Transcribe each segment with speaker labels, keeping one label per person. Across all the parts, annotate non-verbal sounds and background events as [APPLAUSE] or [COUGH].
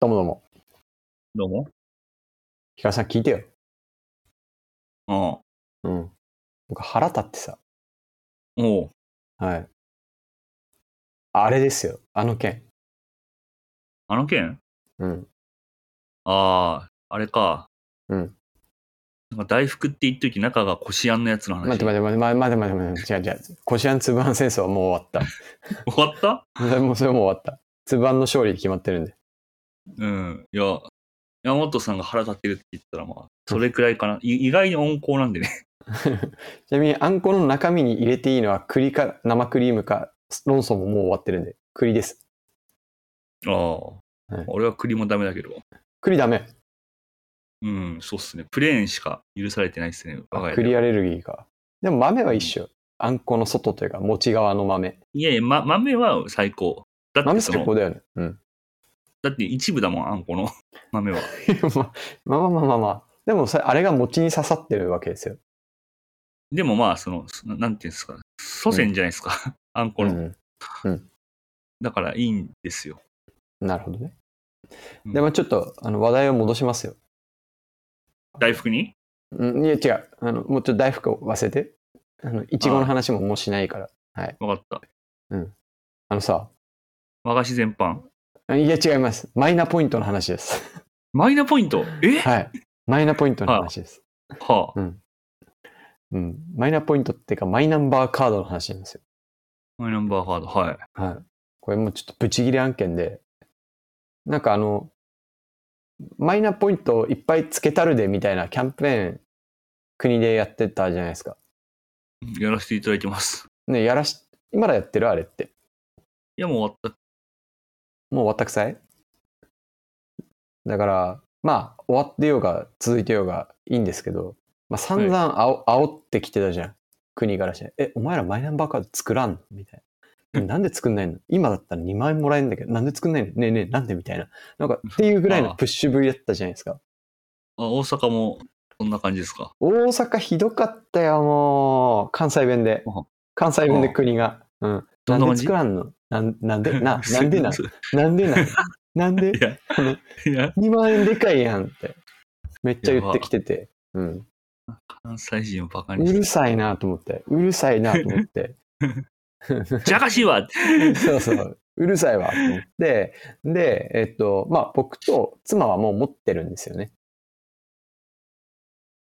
Speaker 1: どうもどうも。
Speaker 2: どうも。
Speaker 1: ヒカルさん聞いてよ。
Speaker 2: ああ。
Speaker 1: うん。僕腹立ってさ。
Speaker 2: おう。
Speaker 1: はい。あれですよ。あの件。
Speaker 2: あの件
Speaker 1: うん。
Speaker 2: ああ、あれか。
Speaker 1: うん。
Speaker 2: なんか大福って言っとき中がこしあんのやつの話。
Speaker 1: 待って待って待って待って待って待って。違う違う。こしあんつぶあん戦争はもう終わっ
Speaker 2: 終わった
Speaker 1: た。それもうそれもう終わった。つぶあんの勝利決まってるんで。
Speaker 2: うん。いや、山本さんが腹立ってるって言ったらまあ、それくらいかな。い意外に温厚なんでね。 [LAUGHS]
Speaker 1: ちなみにあんこの中身に入れていいのは栗か生クリームか論争ももう終わってるんで。栗です。
Speaker 2: ああ。
Speaker 1: い
Speaker 2: 俺は栗もダメだけど。
Speaker 1: 栗ダメ。
Speaker 2: うん、そうっすね。プレーンしか許されてないっすね。我が家では。
Speaker 1: 栗アレルギーか。でも豆は一緒。あんこの外というか餅側の豆。
Speaker 2: いやいや、ま、豆は最高。だって
Speaker 1: 豆
Speaker 2: そ
Speaker 1: 最
Speaker 2: の
Speaker 1: 高、だよね。うん。
Speaker 2: だって一部だもん、あんこの豆は。
Speaker 1: ま [LAUGHS] まあまあまあまあ。でもそれ、あれが餅に刺さってるわけですよ。
Speaker 2: でもまあ、その、ななんていうんですか。祖先じゃないですか。 [LAUGHS] あんこの。
Speaker 1: うん
Speaker 2: だからいいんですよ。
Speaker 1: なるほどね。
Speaker 2: うん
Speaker 1: で、まあちょっと、あの、話題を戻しますよ。
Speaker 2: 大福に
Speaker 1: うん、いや、違う。あの、もうちょっと大福を忘れて。あの、いちごの話ももうしないから。
Speaker 2: わかった。
Speaker 1: あのさ、
Speaker 2: 和菓子全般。
Speaker 1: いや、違います。マイナポイントの話です。
Speaker 2: [LAUGHS] マイナポイントえ、
Speaker 1: はい。マイナポイントの話です。
Speaker 2: はあ、
Speaker 1: うん。マイナポイントっていうか、マイナンバーカードの話なんですよ。
Speaker 2: マイナンバーカード。はい。
Speaker 1: はい。これもうちょっとブチギレ案件で、なんかあの、マイナポイントをいっぱいつけたるでみたいなキャンペーン、国でやってたじゃないですか。
Speaker 2: やらせていただいてます。
Speaker 1: ね、やらし、今だやってるあれって。
Speaker 2: いや、もう終わっ
Speaker 1: もう終わったくさいだから、まあ、終わってようが続いてようがいいんですけど、まあ、散々あお、煽ってきてたじゃん。国からして。え、お前らマイナンバーカード作らんのみたいな。なんで作んないの今だったら2万円もらえるんだけど、なんで作んないのねえねえ、なんでみたいな。なんか、っていうぐ
Speaker 2: [LAUGHS]
Speaker 1: らいのプッシュぶりだったじゃないですか。
Speaker 2: た。あ、大阪もそんな感じですか。
Speaker 1: 大阪ひどかったよ、もう。関西弁で
Speaker 2: あ。
Speaker 1: 関西弁で国が。うん。
Speaker 2: どん
Speaker 1: な
Speaker 2: なん感
Speaker 1: で
Speaker 2: じ、
Speaker 1: 作らんのなんなんで、な、なんでな
Speaker 2: い
Speaker 1: なんでな、なん
Speaker 2: [LAUGHS]
Speaker 1: で
Speaker 2: や、いや、
Speaker 1: 2万円でかいやんって。めっちゃ言ってきてて。うん、
Speaker 2: 関西人をバカ
Speaker 1: う
Speaker 2: にして
Speaker 1: るさいなと思って。うるさいなと思って。
Speaker 2: [LAUGHS] じゃかしいわ
Speaker 1: そうそう。うるさいわと思って。で、えっと、まあ僕と妻はもう持ってるんですよね。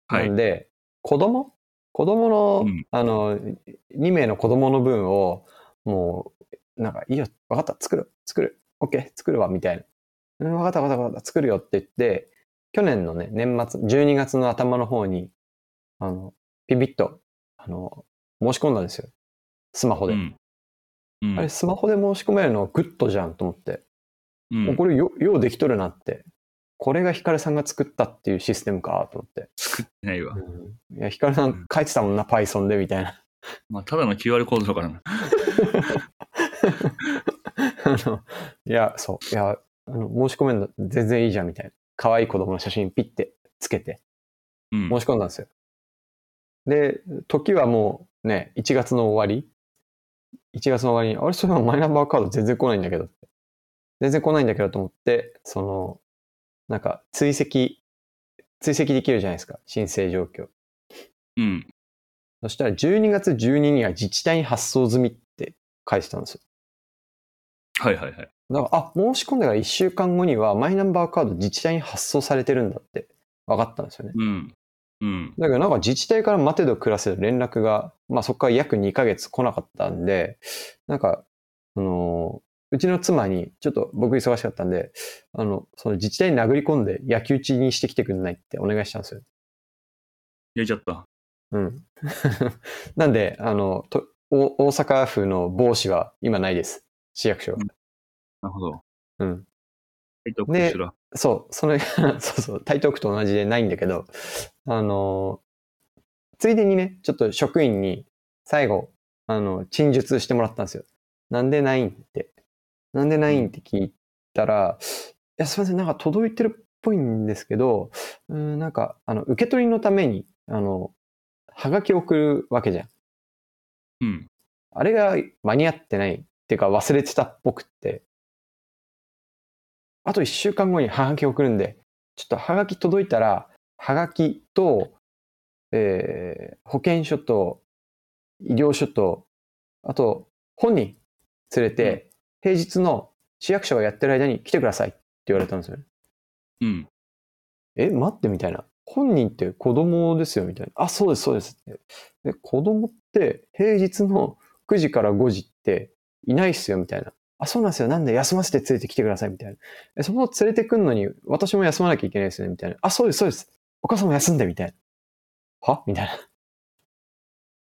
Speaker 2: はい
Speaker 1: なん。で、子供子供の、
Speaker 2: うん
Speaker 1: あの、2名の子供の分を、もう、なんか、いいよ、わかった、作る、作る、OK、作るわ、みたいな。うん、わかった、わかった、わかった、作るよって言って、去年のね、年末、12月の頭の方に、あの、ピピッと、あの、申し込んだんですよ。スマホ
Speaker 2: う
Speaker 1: で。
Speaker 2: ん。う
Speaker 1: あれ、
Speaker 2: ん。
Speaker 1: スマホで申し込めるのグッドじゃんと思って。
Speaker 2: うん
Speaker 1: もうこれよ、ようできとるなって。これがヒカルさんが作ったっていうシステムか、と思って。
Speaker 2: 作ってないわ。
Speaker 1: いや、ヒカルさ
Speaker 2: うんん
Speaker 1: 書いてたもんな、Python でみたいな。 [LAUGHS]
Speaker 2: まあ、ただの QR コードだからな。
Speaker 1: あのいや、そう、いや、あの申し込めるの全然いいじゃんみたいな。可愛い子供の写真ピッてつけて
Speaker 2: うん。
Speaker 1: 申し込んだんですよ。で、時はもうね、1月の終わり ?1 月の終わりに、あれ、そういえばマイナンバーカード全然来ないんだけどって。全然来ないんだけどと思って、その、なんか追跡、追跡できるじゃないですか、申請状況。
Speaker 2: うん。
Speaker 1: そしたら12月12日には自治体に発送済みって書いてたんですよ。
Speaker 2: はいはいはい。
Speaker 1: だから、あ、申し込んだから1週間後にはマイナンバーカード自治体に発送されてるんだって分かったんですよね。
Speaker 2: うん。うん。
Speaker 1: だけどなんか自治体から待てど暮らせど連絡が、まあそこから約2ヶ月来なかったんで、なんか、あの、うちの妻に、ちょっと僕忙しかったんで、あの、その自治体に殴り込んで焼き討ちにしてきてくんないってお願いしたんですよ。
Speaker 2: やいちゃった。
Speaker 1: うん。 [LAUGHS] なんで、あの、とお大阪府の帽子は今ないです。市役所。
Speaker 2: なるほど。
Speaker 1: うん。
Speaker 2: えっと、こ
Speaker 1: ね
Speaker 2: ちら。
Speaker 1: そう、それ、 [LAUGHS] そうそう、台東区と同じでないんだけど、あの、ついでにね、ちょっと職員に最後、あの、陳述してもらったんですよ。なんでないんって。なんでないんって聞いたら、いや、すいません、なんか届いてるっぽいんですけど、うん、なんか、あの、受け取りのために、あの、はがきを送るわけじゃん。
Speaker 2: うん。
Speaker 1: あれが間に合ってないっていうか忘れてたっぽくって。あと1週間後にハガキ送るんで、ちょっとハガキ届いたら、ハガキと、えー保険証と、医療書と、あと、本人連れて、平日の市役所がやってる間に来てくださいって言われたんですよね。
Speaker 2: うん。
Speaker 1: え、待ってみたいな。本人って子供ですよみたいな。あ、そうです、そうですって。で、子供って平日の9時から5時っていないっすよみたいな。あ、そうなんですよ。なんで休ませて連れてきてくださいみたいな。え、そこ連れてくんのに私も休まなきゃいけないですよねみたいな。あ、そうです、そうです。お母さんも休んでみたいな。はみたいな。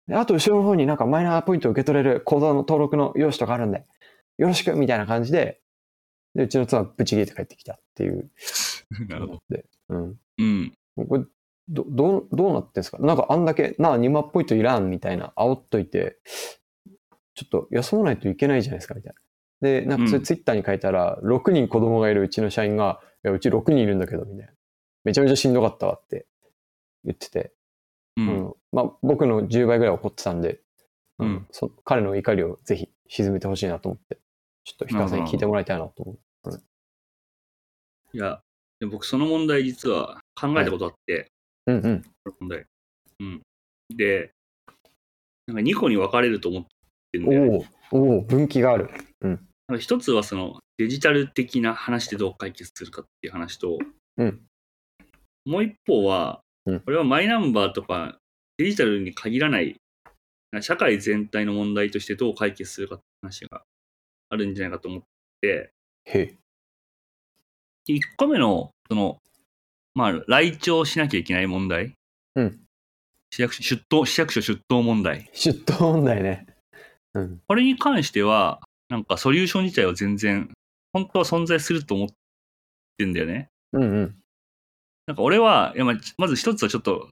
Speaker 1: で、あと後ろの方になんかマイナーポイントを受け取れる口座の登録の用紙とかあるんで、よろしくみたいな感じで、で、うちの妻はブチ切れて帰ってきたっていう。
Speaker 2: なるほど。
Speaker 1: で、うん。
Speaker 2: うん。
Speaker 1: これどどうどうなってんですかなんかあんだけ、なあ、2万っぽいといらんみたいな、煽っといて、ちょっと休まないといけないじゃないですかみたいな。で、なんかそれ
Speaker 2: うん
Speaker 1: ツイッターに書いたら、6人子供がいるうちの社員が、いや、うち6人いるんだけど、みたいな。めちゃめちゃしんどかったわって言ってて、
Speaker 2: う。
Speaker 1: うんんまあ、僕の10倍ぐらい怒ってたんで、うん
Speaker 2: うん
Speaker 1: そ彼の怒りをぜひ沈めてほしいなと思って、ちょっと氷川さんに聞いてもらいたいなと思う。
Speaker 2: いや、で僕その問題実は考えたことあって、
Speaker 1: うんうん。
Speaker 2: この問題。うん。で、なんか2個に分かれると思ってるんだよね
Speaker 1: おーおー分岐がある。
Speaker 2: なんか一つはそのデジタル的な話でどう解決するかっていう話と、
Speaker 1: うん
Speaker 2: もう一方は、
Speaker 1: うん
Speaker 2: これはマイナンバーとかデジタルに限らない、なんか社会全体の問題としてどう解決するかって話があるんじゃないかと思って、
Speaker 1: へえ。
Speaker 2: で一個目の、その、まあ、来庁しなきゃいけない問題。
Speaker 1: うん
Speaker 2: 市役所出頭、市役所出頭
Speaker 1: [LAUGHS]
Speaker 2: 問題。
Speaker 1: 出頭問題ね。うん。
Speaker 2: これに関しては、なんかソリューション自体は全然、本当は存在すると思ってんだよね。
Speaker 1: うんうん。
Speaker 2: なんか俺は、いやまあまず一つはちょっと、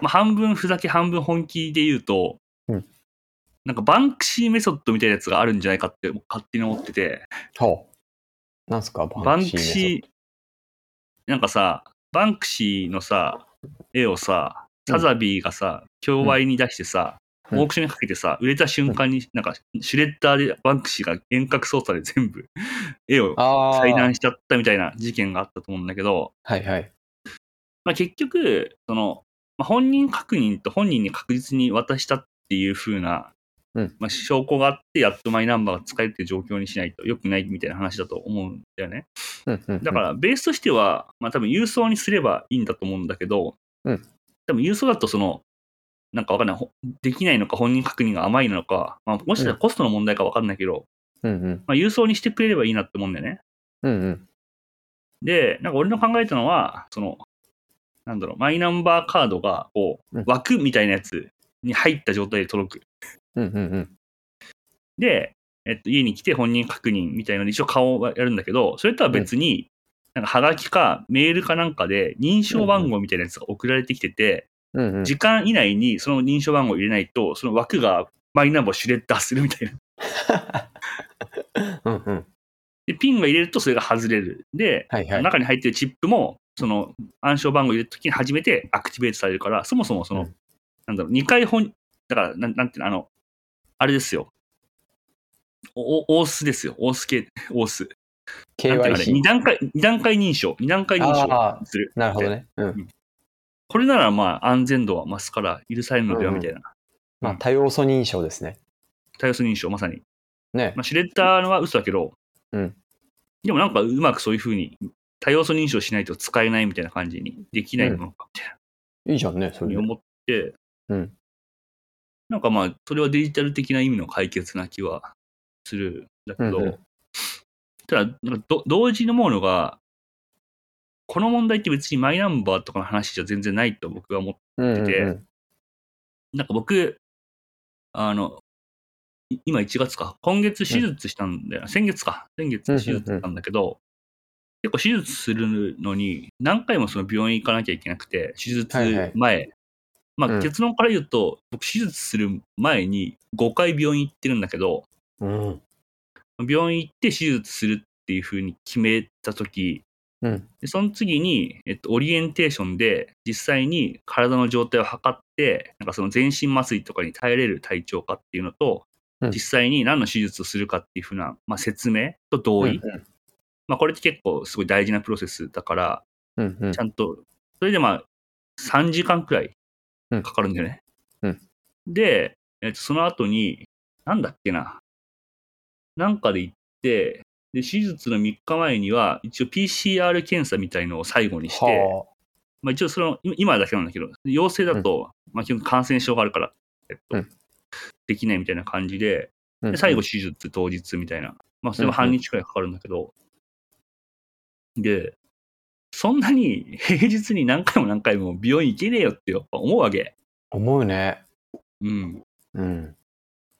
Speaker 2: まあ、半分ふざけ半分本気で言うと、
Speaker 1: うん
Speaker 2: なんかバンクシーメソッドみたいなやつがあるんじゃないかって勝手に思ってて、
Speaker 1: はあ。なんすかバ
Speaker 2: バ
Speaker 1: ン
Speaker 2: ン
Speaker 1: クシー
Speaker 2: クシー、なんかさ、バンクシーのさ、絵をさ、サザビーがさ、競売に出してさ、
Speaker 1: うん
Speaker 2: オークションにかけてさ、売れた瞬間に、なんか、シュレッダーでバンクシーが遠隔操作で全部、 [LAUGHS] 絵を
Speaker 1: ああ。
Speaker 2: 裁断しちゃったみたいな事件があったと思うんだけど、
Speaker 1: はいはい。
Speaker 2: まあ、結局、その、まあ、本人確認と本人に確実に渡したっていう風な、
Speaker 1: うん
Speaker 2: まあ、証拠があって、やっとマイナンバーが使えるっていう状況にしないと良くないみたいな話だと思うんだよね。
Speaker 1: うんうんうん
Speaker 2: だから、ベースとしては、まあ、多分郵送にすればいいんだと思うんだけど、
Speaker 1: うん
Speaker 2: 多分郵送だと、その、なんかわかんない、ほできないのか、本人確認が甘いのか、まあ、もしかしたらコストの問題かわかんないけど、
Speaker 1: うんうん。
Speaker 2: まあ、郵送にしてくれればいいなって思うんだよね。
Speaker 1: うんうん。
Speaker 2: で、なんか俺の考えたのは、その、なんだろう、マイナンバーカードが、こ
Speaker 1: うん
Speaker 2: う、枠みたいなやつに入った状態で届く。
Speaker 1: うんうんうん。
Speaker 2: で、えっと、家に来て本人確認みたいなので一応顔はやるんだけど、それとは別に、なんか、はがきかメールかなんかで認証番号みたいなやつが送られてきてて、
Speaker 1: うんうん。
Speaker 2: 時間以内にその認証番号を入れないと、その枠がマイナンバーをシュレッダーするみたいな。
Speaker 1: うんうん。
Speaker 2: で、ピンが入れるとそれが外れる。で、
Speaker 1: はいはい。
Speaker 2: 中に入ってるチップも、その暗証番号入れるときに初めてアクティベートされるから、そもそもその、
Speaker 1: うん
Speaker 2: なんだろう、2回本、だから、なんなんていうの、あの、あれですよ。おおオースですよ。オース系、オース。なんていうのあれ
Speaker 1: KYC
Speaker 2: 二。段階、二段階認証。二段階認
Speaker 1: あ
Speaker 2: 証する。
Speaker 1: なるほどね。うん。
Speaker 2: これならまあ安全度は増すから許されるのではみたいな。
Speaker 1: まあ、多要素認証ですね。
Speaker 2: 多様性認証、まさに。
Speaker 1: ね
Speaker 2: ま。あ、シュレッダーのは嘘だけど、
Speaker 1: うん
Speaker 2: でもなんかうまくそういうふうに多要素認証しないと使えないみたいな感じにできないものかみたいな。
Speaker 1: いいじゃんね、そ
Speaker 2: ふう
Speaker 1: れ
Speaker 2: に
Speaker 1: で。
Speaker 2: 思って、
Speaker 1: うん
Speaker 2: なんかまあ、それはデジタル的な意味の解決な気はするんだけど、
Speaker 1: うんうん
Speaker 2: ただなんかど、同時に思うのが、この問題って別にマイナンバーとかの話じゃ全然ないと僕は思っ
Speaker 1: うんうん
Speaker 2: て
Speaker 1: うん。
Speaker 2: なんか僕、あの、い今1月か、今月手術したんだよ、先月か、先月手術したんだけど、結構手術するのに、何回もその病院行かなきゃいけなくて、手術前、
Speaker 1: はいはい
Speaker 2: ま
Speaker 1: う
Speaker 2: あ
Speaker 1: ん
Speaker 2: 結論から言うと、僕手術する前に5回病院行ってるんだけど、
Speaker 1: うん。
Speaker 2: 病院行って手術するっていうふうに決めたとき、
Speaker 1: うん。
Speaker 2: でその次に、えっと、オリエンテーションで実際に体の状態を測ってなんかその全身麻酔とかに耐えれる体調かっていうのと、
Speaker 1: うん
Speaker 2: 実際に何の手術をするかっていうふうな、まあ、説明と同意、
Speaker 1: うん
Speaker 2: まあこれって結構すごい大事なプロセスだから、
Speaker 1: うんうん
Speaker 2: ちゃんと、それでまあ、3時間くらいかかるんだよね。
Speaker 1: うん
Speaker 2: で、えっと、その後に、なんだっけな、なんかで行って、で、手術の3日前には、一応 PCR 検査みたいのを最後にして、
Speaker 1: は
Speaker 2: まあ一応その、今今だけなんだけど、陽性だと、まあ基本感染症があるから、えっと、
Speaker 1: うん
Speaker 2: できないみたいな感じで、
Speaker 1: あうんう
Speaker 2: で
Speaker 1: ん
Speaker 2: 最後手術当日みたいな。まあ、それも半日くらいかかるんだけど。で、そんなに [LAUGHS] 平日に何回も何回も美容院行けねえよってやっぱ思うわけ。
Speaker 1: 思うね。
Speaker 2: うん。
Speaker 1: うん。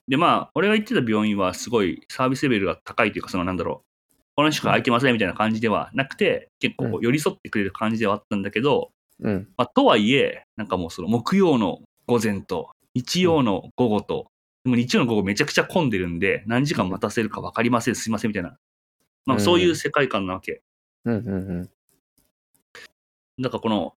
Speaker 2: で、まあ、俺が行ってた病院はすごいサービスレベルが高いというか、そのなんだろう。この人が空いてませんみたいな感じではなくて、結構こう寄り添ってくれる感じではあったんだけど、
Speaker 1: うん。
Speaker 2: まあ、とはいえ、なんかもうその木曜の午前と、日曜の午後と、でも日曜の午後めちゃくちゃ混んでるんで、何時間待たせるか分かりません、すいません、みたいな。まあ、そういう世界観なわけ。
Speaker 1: うんうんうん。
Speaker 2: だからこの、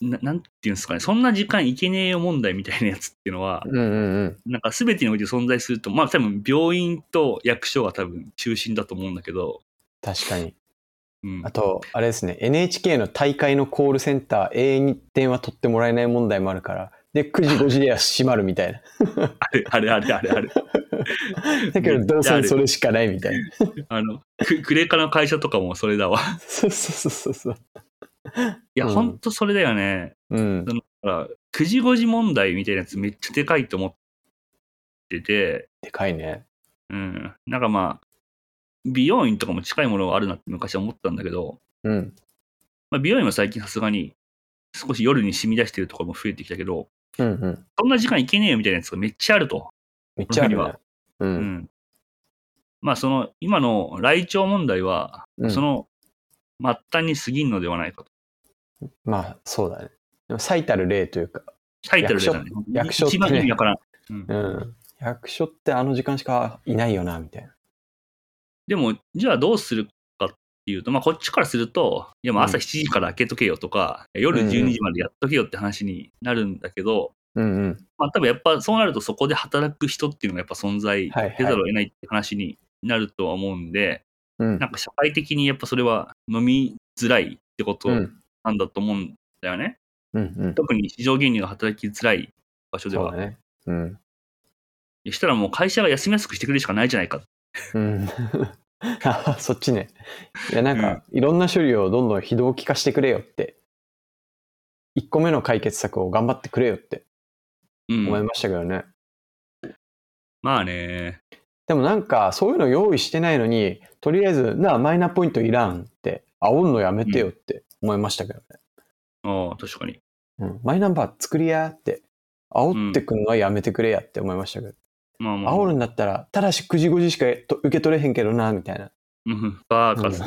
Speaker 2: ななんていうんですかね、そんな時間いけねえよ問題みたいなやつっていうのは、
Speaker 1: うんうんうん。
Speaker 2: なんか全てにおいて存在すると、まあ多分病院と役所が多分中心だと思うんだけど、
Speaker 1: 確かに。
Speaker 2: うん
Speaker 1: あ、と、あれですね、NHK の大会のコールセンター、永遠に電話取ってもらえない問題もあるから、で、9時5時では閉まるみたいな。
Speaker 2: あれあれあれあれあれ。
Speaker 1: [LAUGHS] だけど、どうせそれしかないみたいな。
Speaker 2: あの、ククレカの会社とかもそれだわ。
Speaker 1: そうそうそうそう。
Speaker 2: いや、
Speaker 1: うん
Speaker 2: ほんとそれだよね。
Speaker 1: うん。
Speaker 2: だから、9時5時問題みたいなやつめっちゃでかいと思ってて、
Speaker 1: でかいね。
Speaker 2: うん。なんかまあ、美容院とかも近いものがあるなって昔は思ったんだけど、
Speaker 1: うん。
Speaker 2: まあ、美容院は最近さすがに少し夜に染み出してるところも増えてきたけど、
Speaker 1: うんうん。
Speaker 2: そんな時間いけねえよみたいなやつがめっちゃあると。
Speaker 1: めっちゃある
Speaker 2: この
Speaker 1: ね
Speaker 2: 国。
Speaker 1: う。
Speaker 2: うんん。まあその、今の来庁問題は、
Speaker 1: うん
Speaker 2: その末端に過ぎんのではないかと。
Speaker 1: まあ、そうだね。でも最たる例というか、
Speaker 2: タイトルでだね。
Speaker 1: 役所役所
Speaker 2: 一
Speaker 1: って
Speaker 2: 番
Speaker 1: ね
Speaker 2: 意味わからん。うん
Speaker 1: うん。役所ってあの時間しかいないよな、みたいな。
Speaker 2: でも、じゃあどうするかっていうと、まあ、こっちからすると、いや、まあ
Speaker 1: うん
Speaker 2: 朝7時から開けとけよとか、夜
Speaker 1: うんうん
Speaker 2: 12時までやっとけよって話になるんだけど、
Speaker 1: うんうん。
Speaker 2: まあ、多分やっぱそうなると、そこで働く人っていうのがやっぱ存在
Speaker 1: はいはい
Speaker 2: せざるを得ないって話になるとは思うんで、
Speaker 1: うん
Speaker 2: なんか社会的にやっぱそれは飲みづらいってこと
Speaker 1: うん。
Speaker 2: なんだと思うんだよね。
Speaker 1: うんうん。
Speaker 2: 特に市場原理が働きづらい場所で
Speaker 1: そう
Speaker 2: は
Speaker 1: だ。ね。うん。
Speaker 2: そしたらもう会社が休みやすくしてくれるしかないじゃないか。
Speaker 1: うん。 [LAUGHS] あそっちね。いや、なんか、いろんな処理をどんどん非同期化してくれよって。1個目の解決策を頑張ってくれよって
Speaker 2: うん。
Speaker 1: 思いましたけどね。
Speaker 2: まあね。
Speaker 1: でもなんか、そういうの用意してないのに、とりあえず、なあ、マイナポイントいらんって、煽んのやめてよって思いましたけどね。
Speaker 2: ああ、確かに。
Speaker 1: うん。マイナンバー作りやーって、煽ってくんのはやめてくれやって思いましたけど。
Speaker 2: まあまあまあ
Speaker 1: 煽るんだったら、ただし9時5時しかと受け取れへんけどな、みたいな。
Speaker 2: うん。バーカス。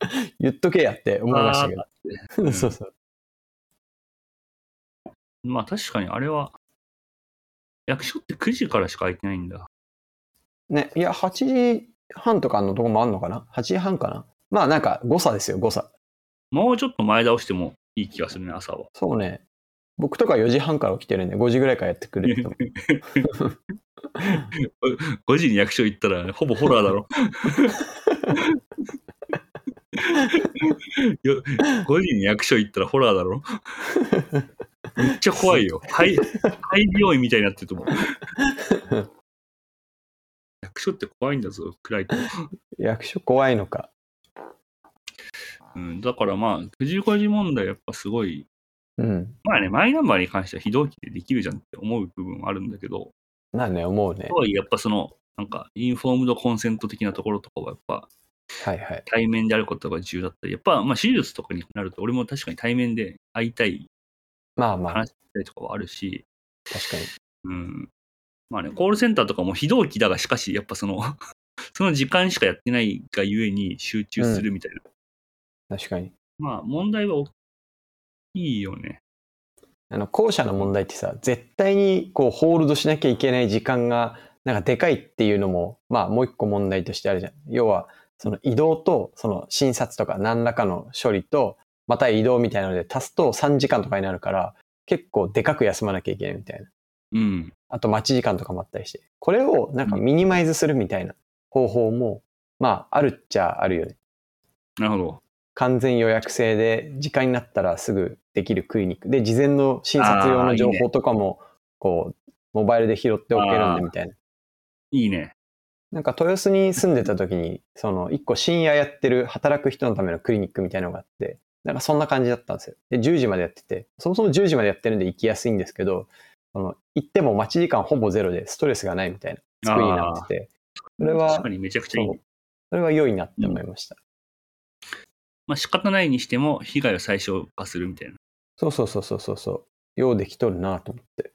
Speaker 1: [LAUGHS] 言っとけやって思いましたけ
Speaker 2: バーカス
Speaker 1: ど。
Speaker 2: ー
Speaker 1: そうそう。
Speaker 2: まあ確かにあれは、役所って9時からしか空いてないんだ。
Speaker 1: ね、いや、8時半とかのとこもあんのかな ?8 時半かなまあなんか誤差ですよ、誤差。
Speaker 2: もうちょっと前倒してもいい気がするね、 [LAUGHS] 朝は。
Speaker 1: そうね。僕とか4時半から起きてるんで、5時ぐらいからやってくれると思う。
Speaker 2: 5時に役所行ったら、ほぼホラーだろ。 [LAUGHS] よ5時に役所行ったらホラーだろ。めっちゃ怖い [LAUGHS] よ。廃廃病院みたいになってると思う。 [LAUGHS] 役所って怖いんだぞ、暗いと。
Speaker 1: 役所怖いのか。
Speaker 2: うん、だからまあ、9時5時問題やっぱすごい
Speaker 1: うん。
Speaker 2: まあね、マイナンバーに関しては非同期でできるじゃんって思う部分はあるんだけど、
Speaker 1: まあね、思うね
Speaker 2: と。はいえやっぱその、なんか、インフォームドコンセント的なところとかは、やっぱ、
Speaker 1: はいはい。
Speaker 2: 対面であることが重要だったり、やっぱ、まあ、手術とかになると、俺も確かに対面で会いたい、
Speaker 1: まあまあ、
Speaker 2: 話したいとかはあるし、
Speaker 1: 確かに。
Speaker 2: うん。まあね、コールセンターとかも非同期だが、しかし、やっぱその、 [LAUGHS] その時間しかやってないがゆえに集中するみたいな。
Speaker 1: 確かに。
Speaker 2: まあ、問題は大きいよね。
Speaker 1: あの後者の問題ってさ絶対にこうホールドしなきゃいけない時間がなんかでかいっていうのもまあもう一個問題としてあるじゃん要はその移動とその診察とか何らかの処理とまた移動みたいなので足すと3時間とかになるから結構でかく休まなきゃいけないみたいな
Speaker 2: うん。
Speaker 1: あと待ち時間とかもあったりしてこれをなんかミニマイズするみたいな方法もまあ、あるっちゃあるよね。
Speaker 2: なるほど。
Speaker 1: 完全予約制で、時間になったらすぐできるクリニック。で、事前の診察用の情報とかも、こう、モバイルで拾っておけるん
Speaker 2: あー
Speaker 1: で、みたいな。
Speaker 2: いいね。
Speaker 1: なんか、豊洲に住んでた時に、その、一個深夜やってる働く人のためのクリニックみたいなのがあって、なんかそんな感じだったんですよ。で、10時までやってて、そもそも10時までやってるんで行きやすいんですけど、その、行っても待ち時間ほぼゼロでストレスがないみたいな作りになってて、それは
Speaker 2: 確か、にめちゃくちゃいい
Speaker 1: そう。それは良いなって思いました。
Speaker 2: まあ仕方ないにしても被害を最小化するみたいな。
Speaker 1: そうそうそうそうそうそう。ようできとるなと思って。
Speaker 2: で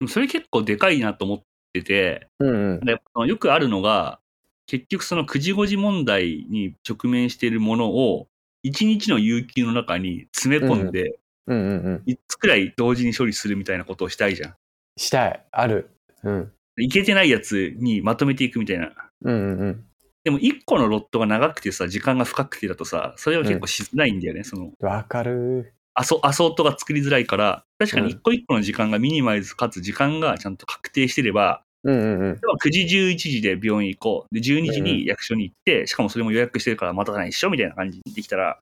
Speaker 2: もそれ結構でかいなと思ってて、
Speaker 1: うんうん。
Speaker 2: やっぱそのよくあるのが、結局その9時5時問題に直面しているものを、1日の有給の中に詰め込んで、
Speaker 1: うんうんうん。
Speaker 2: 3つくらい同時に処理するみたいなことをしたいじゃん。
Speaker 1: したい。ある。うん。
Speaker 2: いけてないやつにまとめていくみたいな。
Speaker 1: うんうんうん。
Speaker 2: でも1個のロットが長くてさ、時間が深くてだとさ、それは結構しづらいんだよね。その
Speaker 1: わかる。
Speaker 2: アソ、アソートが作りづらいから、確かに一個一個の時間がミニマイズかつ時間がちゃんと確定してれば、
Speaker 1: うんうんうん。
Speaker 2: 例えば9時11時で病院行こう。で、12時に役所に行って、しかもそれも予約してるから待たないっしょみたいな感じにできたら、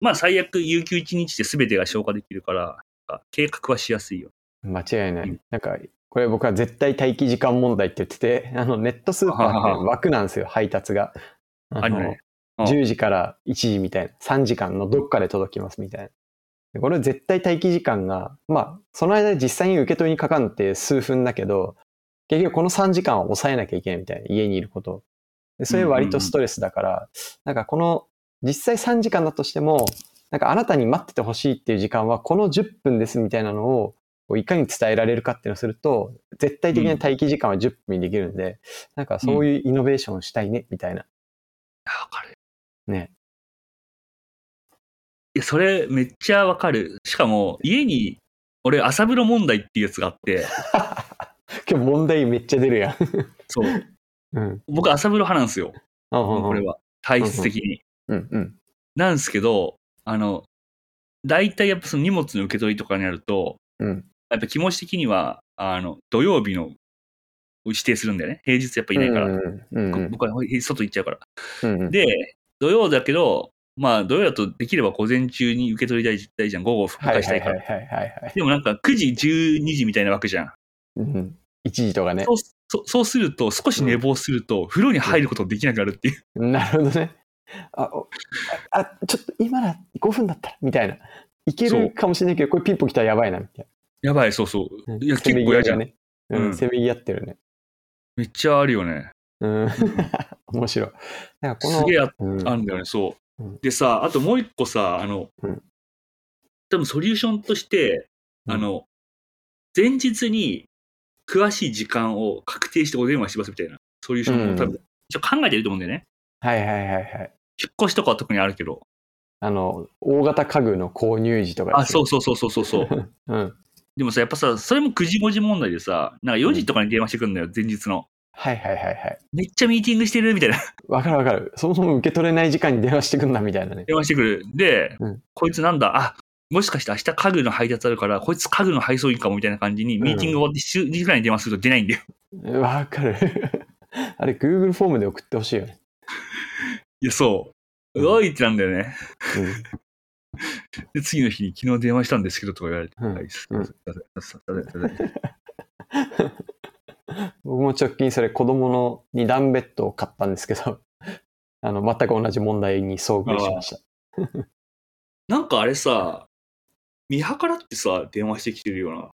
Speaker 2: まあ最悪有給1日で全てが消化できるから、なんか計画はしやすいよ。
Speaker 1: 間違いな
Speaker 2: う
Speaker 1: い。なんか、これ僕は絶対待機時間問題って言ってて、あの、ネットスーパーって枠なんですよ、配達が。
Speaker 2: あるね。うん
Speaker 1: 10時から1時みたいな、3時間のどっかで届きますみたいな。でこれ絶対待機時間が、まあ、その間実際に受け取りにかかんって数分だけど、結局この3時間は抑えなきゃいけないみたいな、家にいることをでそれ割とストレスだから、なんかこの、実際3時間だとしても、なんかあなたに待っててほしいっていう時間はこの10分ですみたいなのを、こういかに伝えられるかっていうのをすると、絶対的な待機時間は10分にできるんで、なんかそういうイノベーションをしたいね、みたいな。
Speaker 2: いやわかる。
Speaker 1: ね。
Speaker 2: いや、それめっちゃわかる。しかも、家に、俺、朝風呂問題っていうやつがあって、
Speaker 1: 今日問題めっちゃ出るやん。
Speaker 2: そう。
Speaker 1: うん。
Speaker 2: 僕、朝風呂派なんですよ。こ
Speaker 1: こ
Speaker 2: れ。は。体質的に。
Speaker 1: うんうん。
Speaker 2: なんですけど、あの、大体やっぱその荷物の受け取りとかになると、
Speaker 1: うん
Speaker 2: やっぱ気持ち的には、あの、土曜日のを指定するんだよね。平日やっぱいないから。
Speaker 1: うんうんうん
Speaker 2: 僕は外行っちゃうから。
Speaker 1: うんうん。
Speaker 2: で、土曜だけど、まあ土曜だとできれば午前中に受け取りたいたいじゃん。午後復
Speaker 1: はいは
Speaker 2: 活
Speaker 1: い
Speaker 2: し
Speaker 1: は
Speaker 2: たい
Speaker 1: い
Speaker 2: か
Speaker 1: は
Speaker 2: ら。
Speaker 1: いはい。
Speaker 2: でもなんか9時、12時みたいなわけじゃん。
Speaker 1: うん。一時とかね
Speaker 2: そ。うそそうすると、少し寝坊すると、風呂に入ることできなくなるっていう。
Speaker 1: なるほどね。あ、おあ、あちょっと今な、5分だったら、みたいな。いけ
Speaker 2: そう
Speaker 1: るかもしれないけど、これピンポン来たらやばいな、みたい
Speaker 2: やばい、そうそう。
Speaker 1: な。
Speaker 2: いや、
Speaker 1: せ
Speaker 2: 結
Speaker 1: めぎ
Speaker 2: 構
Speaker 1: 合
Speaker 2: 嫌
Speaker 1: い
Speaker 2: じ
Speaker 1: が
Speaker 2: ゃん。
Speaker 1: ね。う
Speaker 2: うん
Speaker 1: ん、せめぎ合ってるね。
Speaker 2: めっちゃあるよね。
Speaker 1: うん。 [LAUGHS] 面白い。なんかこの、
Speaker 2: すげえあ
Speaker 1: うん。
Speaker 2: あるんだよね、そううんでさ、あともう一個さ、あの
Speaker 1: うん、
Speaker 2: 多分ソリューションとして、
Speaker 1: うん
Speaker 2: あの、前日に詳しい時間を確定してお電話しますみたいな、ソリューションも多
Speaker 1: う
Speaker 2: 分、一応考えてると思うんだよね。
Speaker 1: はいはいはいはい。
Speaker 2: 引っ越しとかは特にあるけど。
Speaker 1: あの、大型家具の購入時とか。
Speaker 2: あ、そううそうそうそうそうそう。
Speaker 1: [LAUGHS] うん。
Speaker 2: でもさ、やっぱさ、それも9時5時問題でさ、なんか4時とかに電話してくるんだよ、前日の。
Speaker 1: はいはいはいはい。
Speaker 2: めっちゃミーティングしてるみたいな
Speaker 1: わかるわかる。そもそも受け取れない時間に電話してくんな、みたいなね。
Speaker 2: 電話してくる。で、
Speaker 1: うん
Speaker 2: こいつなんだ、あもしかして明日家具の配達あるから、こいつ家具の配送員かもみたいな感じに、ミーティング終わって7時ぐらいに電話すると出ないんだよ。
Speaker 1: わかる。あれ、Google フォームで送ってほしいよね。
Speaker 2: いや、そ
Speaker 1: うん
Speaker 2: う。おいってなんだよね。で、次の日に昨日電話したんですけどとか言われて、
Speaker 1: うん
Speaker 2: はい、すいませんすいませんすいませんすいませんすいません
Speaker 1: 僕も直近それ子供の二段ベッドを買ったんですけど、あの、全く同じ問題に遭遇しました。
Speaker 2: なんかあれさ、見計らってさ、電話してきてるような。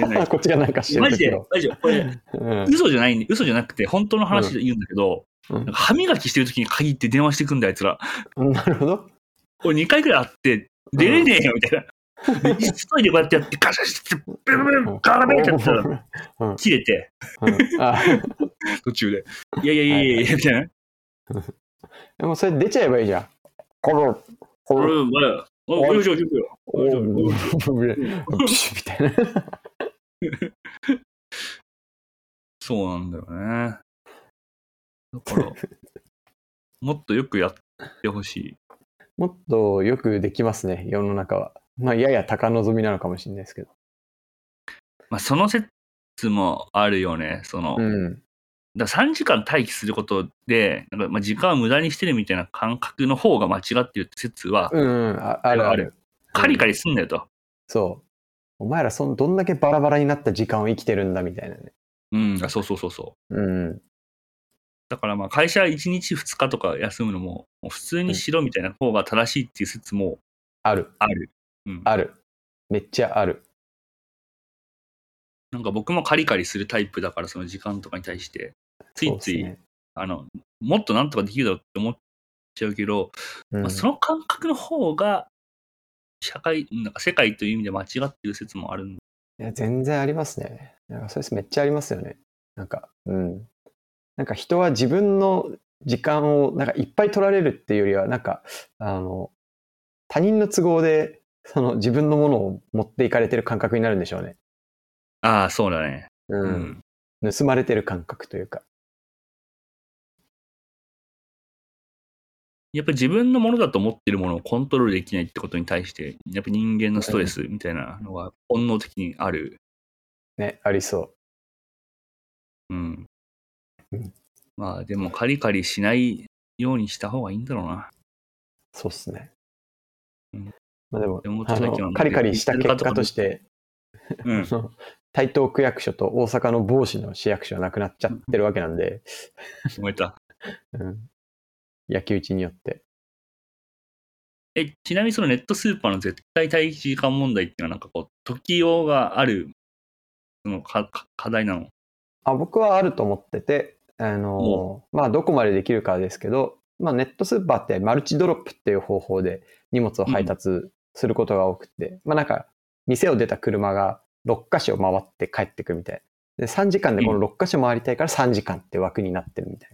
Speaker 1: [LAUGHS]
Speaker 2: れない
Speaker 1: こっちがなんかして
Speaker 2: マ
Speaker 1: る
Speaker 2: ジ
Speaker 1: け
Speaker 2: で
Speaker 1: ど。、
Speaker 2: マジで、これ、
Speaker 1: うん
Speaker 2: 嘘じゃないんで、嘘じゃなくて、本当の話で言うんだけど、
Speaker 1: うん
Speaker 2: なんか歯磨きしてる時に限って電話してくんだよ、あいつら。
Speaker 1: なるほど。
Speaker 2: これ2回くらいあって、出れねえよ、みたいな。で急いでこうやってやって、ガシャして、ブルブルブルガラベルやったら、切れて、
Speaker 1: うんあ
Speaker 2: 途中で。いやいやいやいやいや、みたいな。
Speaker 1: でもそれ出ちゃえばいいじゃん。この、こ
Speaker 2: 俺、
Speaker 1: の、
Speaker 2: お前、おい、おい、おい、おい、
Speaker 1: お
Speaker 2: おい、
Speaker 1: プシュみたいな。
Speaker 2: そうなんだよね。だから、もっとよくやってほしい。
Speaker 1: もっとよくできますね、世の中は。まあ、やや高望みなのかもしれないですけど。
Speaker 2: まあ、その説もあるよね。その、
Speaker 1: うん。
Speaker 2: だから3時間待機することで、なんかまあ時間を無駄にしてるみたいな感覚の方が間違ってるって説は、
Speaker 1: うん、うん、ああるある。
Speaker 2: カリカリすんだよと。
Speaker 1: そう。お前らそん、どんだけバラバラになった時間を生きてるんだみたいなね。
Speaker 2: うん、あそうそうそうそう。
Speaker 1: うん。
Speaker 2: だからまあ会社1日2日とか休むのも、もう普通にしろみたいな方が正しいっていう説も
Speaker 1: ある、
Speaker 2: ある。うん、
Speaker 1: ある。めっちゃある。
Speaker 2: なんか僕もカリカリするタイプだから、その時間とかに対して、ついつい、
Speaker 1: そうっすね
Speaker 2: あの、もっとなんとかできるだろうって思っちゃうけど、
Speaker 1: うん
Speaker 2: まあ、その感覚の方が、社会、なんか世界という意味で間違ってる説もあるん
Speaker 1: いや、全然ありますね。なんかそれめっちゃありますよね。なんか、うん。なんか人は自分の時間をなんかいっぱい取られるっていうよりは、なんか、あの、他人の都合で、その自分のものを持っていかれてる感覚になるんでしょうね。
Speaker 2: ああ、そうだね。う
Speaker 1: うん。
Speaker 2: ん
Speaker 1: 盗まれてる感覚というか。
Speaker 2: やっぱり自分のものだと思ってるものをコントロールできないってことに対して、やっぱ人間のストレスみたいなのが本能的にある。
Speaker 1: ね、ありそ
Speaker 2: うん
Speaker 1: うん。
Speaker 2: まあでもカリカリしないようにした方がいいんだろう
Speaker 1: [LAUGHS]
Speaker 2: な。
Speaker 1: う。そうっすね
Speaker 2: うん。
Speaker 1: まあでも
Speaker 2: でも、
Speaker 1: あ
Speaker 2: さっきの
Speaker 1: の、カリカリした結果として、
Speaker 2: うん。
Speaker 1: その台東区役所と大阪の某市の市役所はなくなっちゃってるわけなんで、
Speaker 2: 思えた。
Speaker 1: うん、焼き討ちによって。
Speaker 2: え、ちなみにそのネットスーパーの絶対待機時間問題っていうのはなんかこう、時きようがある、そのかか課題なの。
Speaker 1: あ僕はあると思ってて、あのまあ、どこまでできるかですけど、まあ、ネットスーパーってマルチドロップっていう方法で荷物を配達することが多くて、まあ、なんか店を出た車が6箇所回って帰ってくるみたいで3時間でこの6箇所回りたいから3時間って枠になってるみたい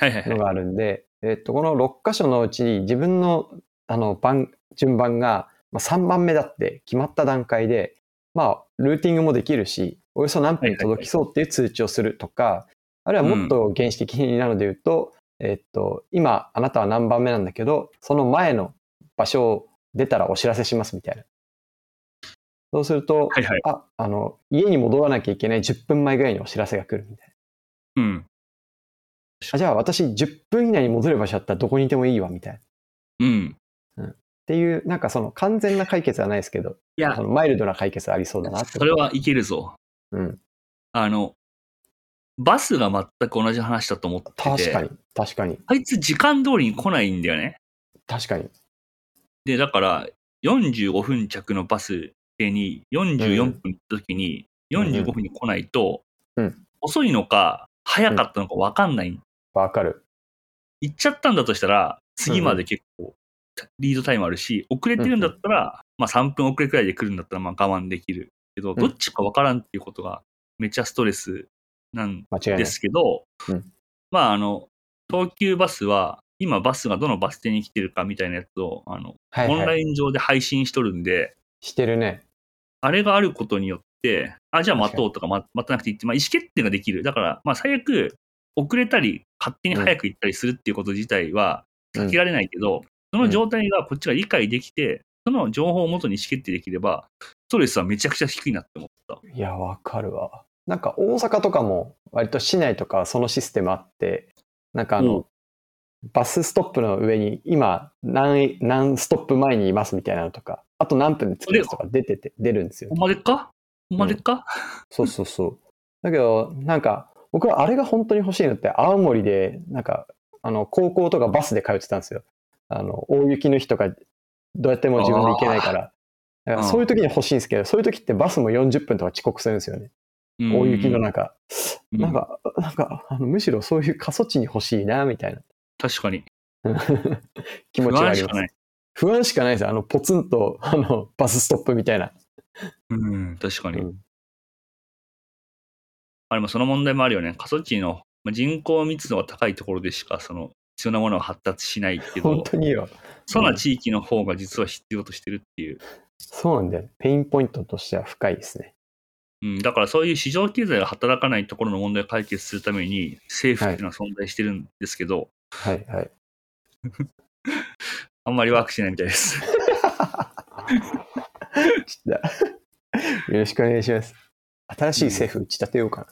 Speaker 1: な。
Speaker 2: はいはいは
Speaker 1: の
Speaker 2: い。
Speaker 1: があるんで、えっと、この6箇所のうちに自分のあの番順番がまあ3番目だって決まった段階で、まあ、ルーティングもできるし、およそ何分に届きそうっていう通知をするとか、あるいはもっと原始的なので言うと、えっと、今、あなたは何番目なんだけど、その前の場所を出たらお知らせしますみたいな。そうすると、
Speaker 2: はいはい。
Speaker 1: あ、あの、家に戻らなきゃいけない10分前ぐらいにお知らせが来るみたいな。
Speaker 2: うん。
Speaker 1: あじゃあ私10分以内に戻る場所だったらどこにいてもいいわみたいな。っ
Speaker 2: うん。
Speaker 1: ていう、なんかその完全な解決はないですけど、
Speaker 2: いや
Speaker 1: あ、のマイルドな解決はありそうだなって。
Speaker 2: それはいけるぞ。
Speaker 1: うん。
Speaker 2: あの、バスが全く同じ話だと思ってて。
Speaker 1: 確かに、確かに、
Speaker 2: あいつ時間通りに来ないんだよね。
Speaker 1: 確かに。
Speaker 2: で、だから、45分着のバスでに、44分行った時に、45分に来ないと、
Speaker 1: うん
Speaker 2: 遅いのか、早かったのか分かんない。
Speaker 1: わかる。
Speaker 2: 行っちゃったんだとしたら、次まで結構、リードタイムあるし、遅れてるんだったら、まあ3分遅れくらいで来るんだったら、まあ我慢できるけど、
Speaker 1: ん
Speaker 2: どっちか分からんっていうことが、めっちゃストレスなん
Speaker 1: 間違いない。
Speaker 2: ですけど、
Speaker 1: うん
Speaker 2: まああの、東急バスは、今バスがどのバス停に来てるかみたいなやつを、あの、
Speaker 1: はい、
Speaker 2: オン
Speaker 1: は
Speaker 2: ラ
Speaker 1: い。
Speaker 2: イン上で配信しとるんで、
Speaker 1: してるね。
Speaker 2: あれがあることによって、あ、じゃあ
Speaker 1: 確か
Speaker 2: 待とうとかま待たなくていいって、まあ、意思決定ができる。だから、まあ、最悪、遅れたり、勝手に早く行ったりするっていうこと自体は
Speaker 1: うん
Speaker 2: 避けられないけど、その状態がこっちが理解できて、その情報を元に意思決定できれば、ストレスはめちゃくちゃ低いなって思った。
Speaker 1: いや、わかるわ。なんか大阪とかも、割と市内とかはそのシステムあって、なんかあの、
Speaker 2: う
Speaker 1: バスストップの上に今何、何ストップ前にいますみたいなのとか、あと何分で着きますとか出てて、出るんですよ
Speaker 2: ほ。んまでっかほんまでっか、
Speaker 1: そうそうそう。だけど、なんか、僕はあれが本当に欲しいのって、青森で、なんか、あの、高校とかバスで通ってたんですよ。あの、大雪の日とか、どうやっても自分で行けないから。だからそういう時に欲しいんですけど、そういう時ってバスも40分とか遅刻するんですよね。
Speaker 2: うん
Speaker 1: 大雪の中。
Speaker 2: うん
Speaker 1: なんか、なんか、あのむしろそういう過疎地に欲しいな、みたいな
Speaker 2: 確かに。
Speaker 1: [LAUGHS] 気持ち
Speaker 2: 不
Speaker 1: があり
Speaker 2: 安しか
Speaker 1: ます
Speaker 2: な。い。
Speaker 1: 不安しかないですよ。あの、ポツンと、あの、バスストップみたいな。
Speaker 2: うん、確かに。
Speaker 1: うん
Speaker 2: あれもその問題もあるよね。過疎地のまあ人口密度が高いところでしか、その、必要なものは発達しないけ
Speaker 1: 本
Speaker 2: ど、
Speaker 1: 当にいいよ。
Speaker 2: そうな地域の方が実は必要としてるっていう。
Speaker 1: そうなんだよ。ペインポイントとしては深いですね。
Speaker 2: うん、だからそういう市場経済が働かないところの問題を解決するために政府っていうのは存在してるんですけど、
Speaker 1: はい、はい。
Speaker 2: あんまりワークしてないみた
Speaker 1: [LAUGHS]
Speaker 2: いです。
Speaker 1: ちょっとよろしくお願いします。新しい政府打ち立てようかな。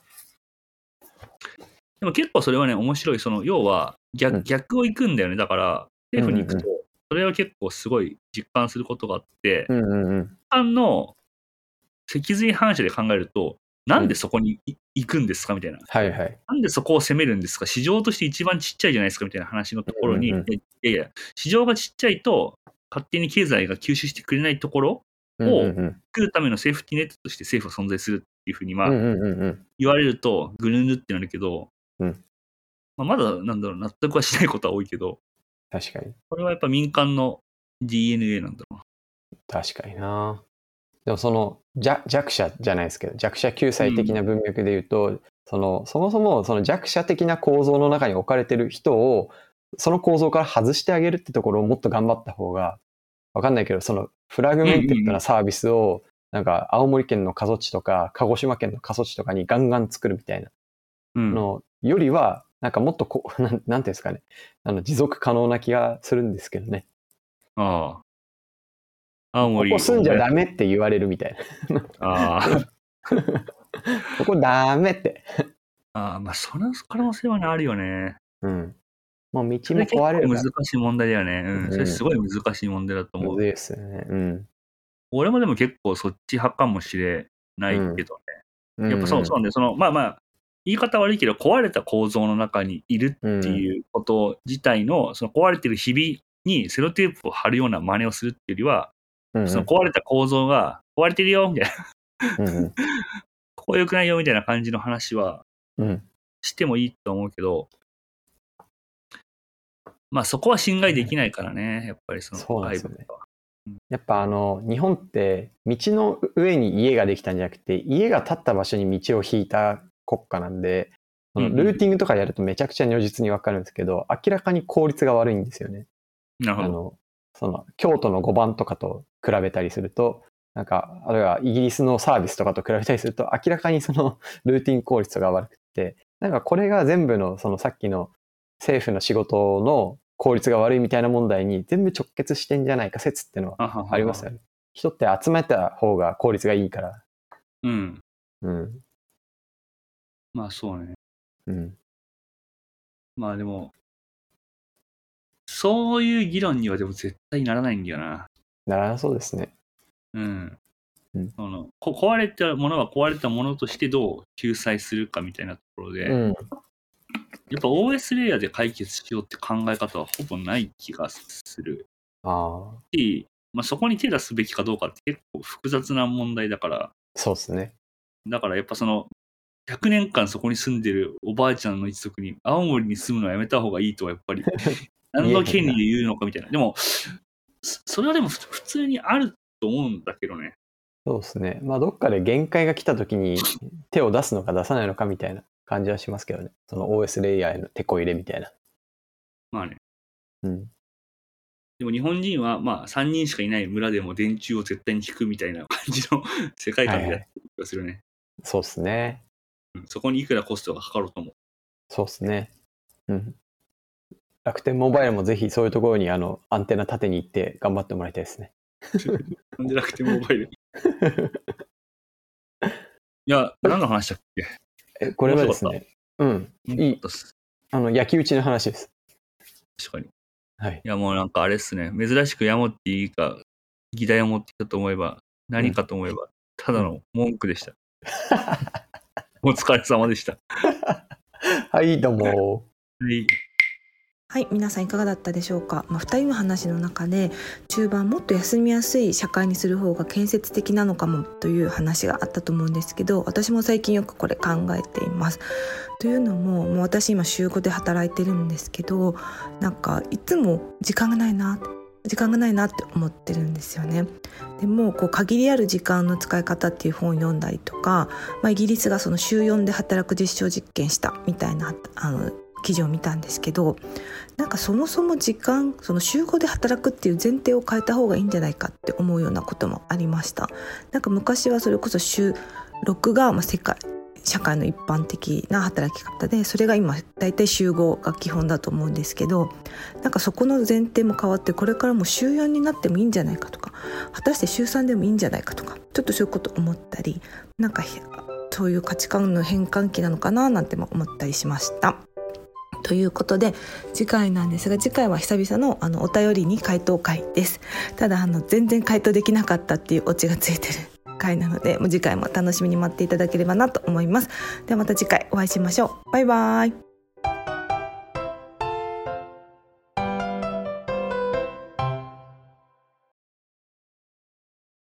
Speaker 2: でも結構それはね、面白い。その、要は逆、
Speaker 1: うん
Speaker 2: 逆を行くんだよね。だから、政府に行くと、それは結構すごい実感することがあって、
Speaker 1: うんうんうん。
Speaker 2: 一般の脊髄反射で考えると、なんでそこにい行くんですかみたいな。
Speaker 1: はいはい。
Speaker 2: なんでそこを攻めるんですか市場として一番ちっちゃいじゃないですかみたいな話のところに、
Speaker 1: うんうん
Speaker 2: いやいや、市場がちっちゃいと、勝手に経済が吸収してくれないところを
Speaker 1: うんうんうん。
Speaker 2: 食うためのセーフティーネットとして政府は存在するっていうふうに、まあ、
Speaker 1: うんうんうんうん。
Speaker 2: 言われると、ぐるぬってなるけど、
Speaker 1: うん
Speaker 2: まあ、まだ、なんだろう、納得はしないことは多いけど、
Speaker 1: 確かに。
Speaker 2: これはやっぱ民間の DNA なんだろ
Speaker 1: 確かにな。でもその弱弱者じゃないですけど弱者救済的な文脈で言うと、そのそもそもその弱者的な構造の中に置かれてる人をその構造から外してあげるってところをもっと頑張った方がわかんないけどそのフラグメンテッドなサービスをなんか青森県の過疎地とか鹿児島県の過疎地とかにガンガン作るみたいな
Speaker 2: う。うん。
Speaker 1: のよりはなんかもっとこうなん [LAUGHS] なんていうんですかねあの持続可能な気がするんですけどね
Speaker 2: ああ。青
Speaker 1: こ
Speaker 2: 森。
Speaker 1: こ住んじゃダメって言われるみたいな。 [LAUGHS]
Speaker 2: ああ。
Speaker 1: ここダメって。
Speaker 2: ああ、まあ、その可能性はね、あるよね。
Speaker 1: うん。もう道
Speaker 2: そ
Speaker 1: も
Speaker 2: れ結構
Speaker 1: 壊れるから
Speaker 2: 難。しい問題だよね。
Speaker 1: う
Speaker 2: うんん。それすごい難しい問題だと思
Speaker 1: む
Speaker 2: う。
Speaker 1: ずいですよね。うん。
Speaker 2: 俺もでも結構そっち派かもしれないけど
Speaker 1: う
Speaker 2: ね。
Speaker 1: ん
Speaker 2: やっぱそうそうなんで、その、まあまあ、言い方悪いけど、壊れた構造の中にいる
Speaker 1: うん
Speaker 2: っていうこと自体の、その壊れてる日々にセロテープを貼るような真似をするっていうよりは、
Speaker 1: うん
Speaker 2: その壊れた構造が、壊れてるよ、みたい
Speaker 1: う
Speaker 2: な、 [LAUGHS]
Speaker 1: んうん
Speaker 2: ここ良くないよ、みたいな感じの話は
Speaker 1: うん
Speaker 2: してもいいと思うけど、まあそこは侵害できないからね、やっぱりその
Speaker 1: そうなんですよね
Speaker 2: 外部は
Speaker 1: やっぱあの、日本って道の上に家ができたんじゃなくて、家が建った場所に道を引いた国家なんで、その
Speaker 2: うんうん
Speaker 1: ルーティングとかやるとめちゃくちゃ如実にわかるんですけど、明らかに効率が悪いんですよね。
Speaker 2: な
Speaker 1: あ
Speaker 2: るほど。
Speaker 1: の、その、京都の5番とかと比べたりすると、なんか、あるいはイギリスのサービスとかと比べたりすると、明らかにその [LAUGHS] ルーティン効率が悪くて、なんかこれが全部の、そのさっきの政府の仕事の効率が悪いみたいな問題に全部直結してんじゃないか説っていうのは
Speaker 2: あはは
Speaker 1: ありますよね。人って集めた方が効率がいいから。
Speaker 2: うん。
Speaker 1: うん。
Speaker 2: まあそうね。
Speaker 1: うん。
Speaker 2: まあでも、そういう議論にはでも絶対ならないんだよな。
Speaker 1: ならなそうですね。
Speaker 2: うん。
Speaker 1: うん
Speaker 2: そのこ壊れたものは壊れたものとしてどう救済するかみたいなところで、
Speaker 1: う
Speaker 2: やっ
Speaker 1: ん。
Speaker 2: ぱ OS レイヤーで解決しようって考え方はほぼない気がする。
Speaker 1: ああ、
Speaker 2: し、まあ、そこに手出すべきかどうかって結構複雑な問題だから、
Speaker 1: そうですね。
Speaker 2: だからやっぱその、100年間そこに住んでるおばあちゃんの一族に、青森に住むのはやめた方がいいとはやっぱり、何の権利で言うのかみたいな。でも、そそれはでもふ普通にあると思うんだけどね。
Speaker 1: そうですね。まあ、どっかで限界が来た時に手を出すのか出さないのかみたいな感じはしますけどね。その OS レイヤーへの手こ入れみたいな。
Speaker 2: まあね。
Speaker 1: うん。
Speaker 2: でも日本人は、まあ3人しかいない村でも電柱を絶対に引くみたいな感じの [LAUGHS] 世界観でやってる気がするね。
Speaker 1: そうですね。
Speaker 2: うんそこにいくらコストがかかろうとも。
Speaker 1: そうですね。うん。楽天モバイルもぜひそういうところにあのアンテナ立てに行って頑張ってもらいたいですね。
Speaker 2: なんで楽天モバイル。いや、何の話だっけ
Speaker 1: [LAUGHS] えこれはですね。うん。いい。あの、焼き討ちの話です。
Speaker 2: 確かに。い
Speaker 1: はい。
Speaker 2: や、もうなんかあれっすね。珍しくヤモっていいか、議題を持ってきたと思えば、何かと思えば、ただの文句でした。お疲れ様でした。
Speaker 1: [LAUGHS] はい、どうも。
Speaker 2: はい。
Speaker 3: はい皆さんいかがだったでしょうか、まあ、2人の話の中で中盤もっと休みやすい社会にする方が建設的なのかもという話があったと思うんですけど私も最近よくこれ考えています。というのももう私今週5で働いてるんですけどなんかいつも時間がないな時間がないなって思ってるんですよね。でもこう限りある時間の使い方っていう本を読んだりとか、まあ、イギリスがその週4で働く実証実験したみたいなあの記事を見たんですけどなんかそもそも時間その週5で働くっていう前提を変えた方がいいんじゃないかって思うようなこともありましたなんか昔はそれこそ週6がまあ世界社会の一般的な働き方でそれが今大体週5が基本だと思うんですけどなんかそこの前提も変わってこれからもう週4になってもいいんじゃないかとか果たして週3でもいいんじゃないかとかちょっとそういうこと思ったりなんかひそういう価値観の変換期なのかななんても思ったりしました。ということで次回なんですが次回は久々のあのお便りに回答会ですただあの全然回答できなかったっていうオチがついてる回なのでもう次回も楽しみに待っていただければなと思いますではまた次回お会いしましょうバイバイ